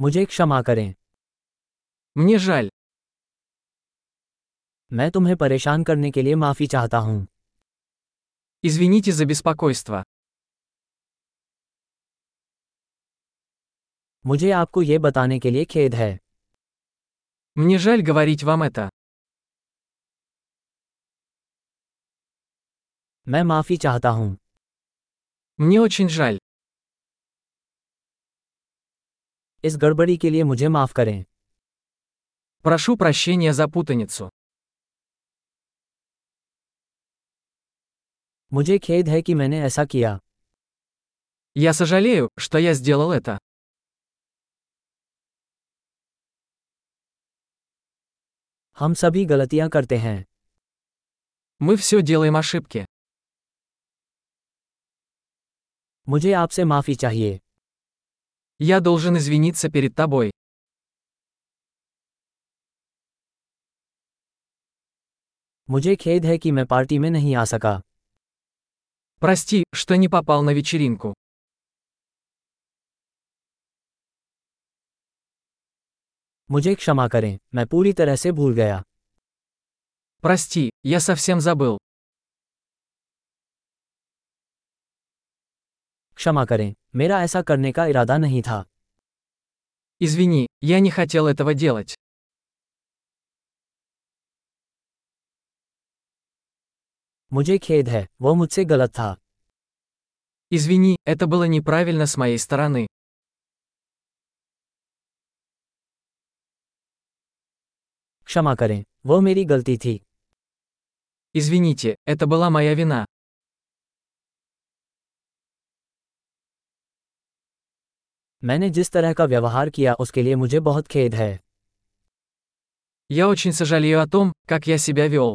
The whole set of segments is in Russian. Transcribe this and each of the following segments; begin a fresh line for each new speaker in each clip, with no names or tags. मुझे क्षमा करें
Мне жаль.
मैं तुम्हें परेशान करने के लिए माफी चाहता हूँ
Извините за беспокойство.
मुझे आपको ये बताने के लिए खेद है
Мне жаль говорить вам это.
मैं माफी चाहता हूँ
Мне очень жаль.
इस गड़बड़ी के लिए मुझे माफ करें
Прошу прощения за путаницу.
मुझे खेद है कि मैंने ऐसा किया
Я сожалею, что я сделал это.
हम सभी गलतियाँ करते हैं
Мы все делаем ошибки.
मुझे आपसे माफी चाहिए
Я должен извиниться перед тобой.
मुझे खेद है कि मैं पार्टी में नहीं आ सका
Прости, что не попал на вечеринку.
मुझे क्षमा करें मैं पूरी तरह से भूल गया
Прости, я совсем забыл.
क्षमा करें मेरा ऐसा करने का इरादा नहीं था
Извини, я не хотел этого делать.
मुझे खेद है वो मुझसे गलत था
Извини, это было неправильно с моей стороны.
क्षमा करें वो मेरी गलती थी
Извините, это была моя вина.
मैंने जिस तरह का व्यवहार किया उसके लिए मुझे बहुत खेद है
Я очень сожалею о том, как я себя вел.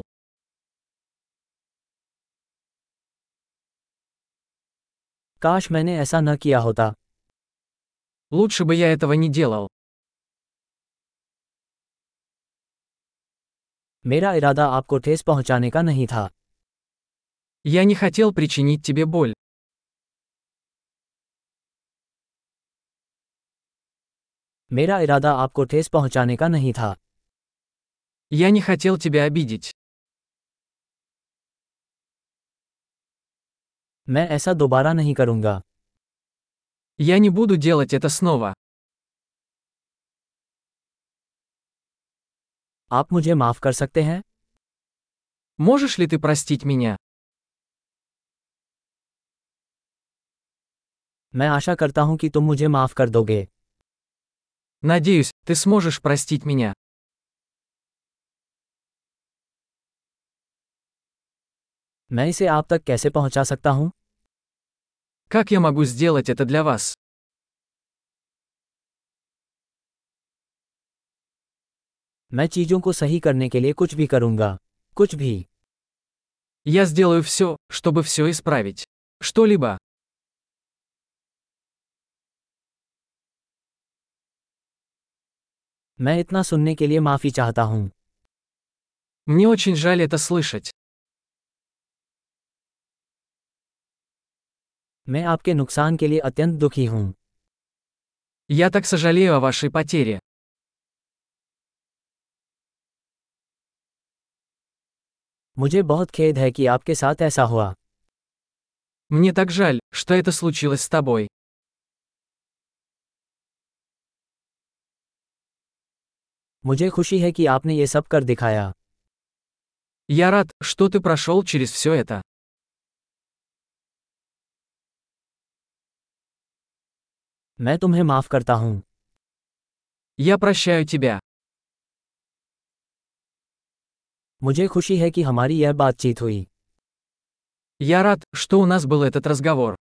काश मैंने ऐसा न किया होता
Лучше бы я этого не делал.
मेरा इरादा आपको ठेस पहुंचाने का नहीं था
Я не хотел причинить тебе боль.
मेरा इरादा आपको ठेस पहुंचाने का नहीं था
Я не хотел тебя обидеть.
मैं ऐसा दोबारा नहीं करूंगा
Я не буду делать это снова.
आप मुझे माफ कर सकते हैं
Можешь ли ты простить меня?
मैं आशा करता हूं कि तुम मुझे माफ कर दोगे
Надеюсь, ты сможешь простить меня.
मैं इसे आप तक कैसे पहुंचा सकता हूं
Как я могу сделать это для вас?
मैं चीजों को सही करने के लिए कुछ भी करूंगा कुछ भी
Я сделаю все, чтобы все исправить. Что-либо.
मैं इतना सुनने के लिए माफी चाहता हूं
Мне очень жаль это слышать.
मैं आपके नुकसान के लिए अत्यंत दुखी हूं
Я так сожалею о вашей потере.
मुझे बहुत खेद है कि आपके साथ ऐसा हुआ
Мне так жаль, что это случилось с тобой.
मुझे खुशी है कि आपने ये सब कर दिखाया
Я рад, что ты прошел через все это.
मैं तुम्हें माफ करता हूं
Я прощаю тебя.
मुझे खुशी है कि हमारी यह बातचीत हुई
Я рад, что у нас был этот разговор.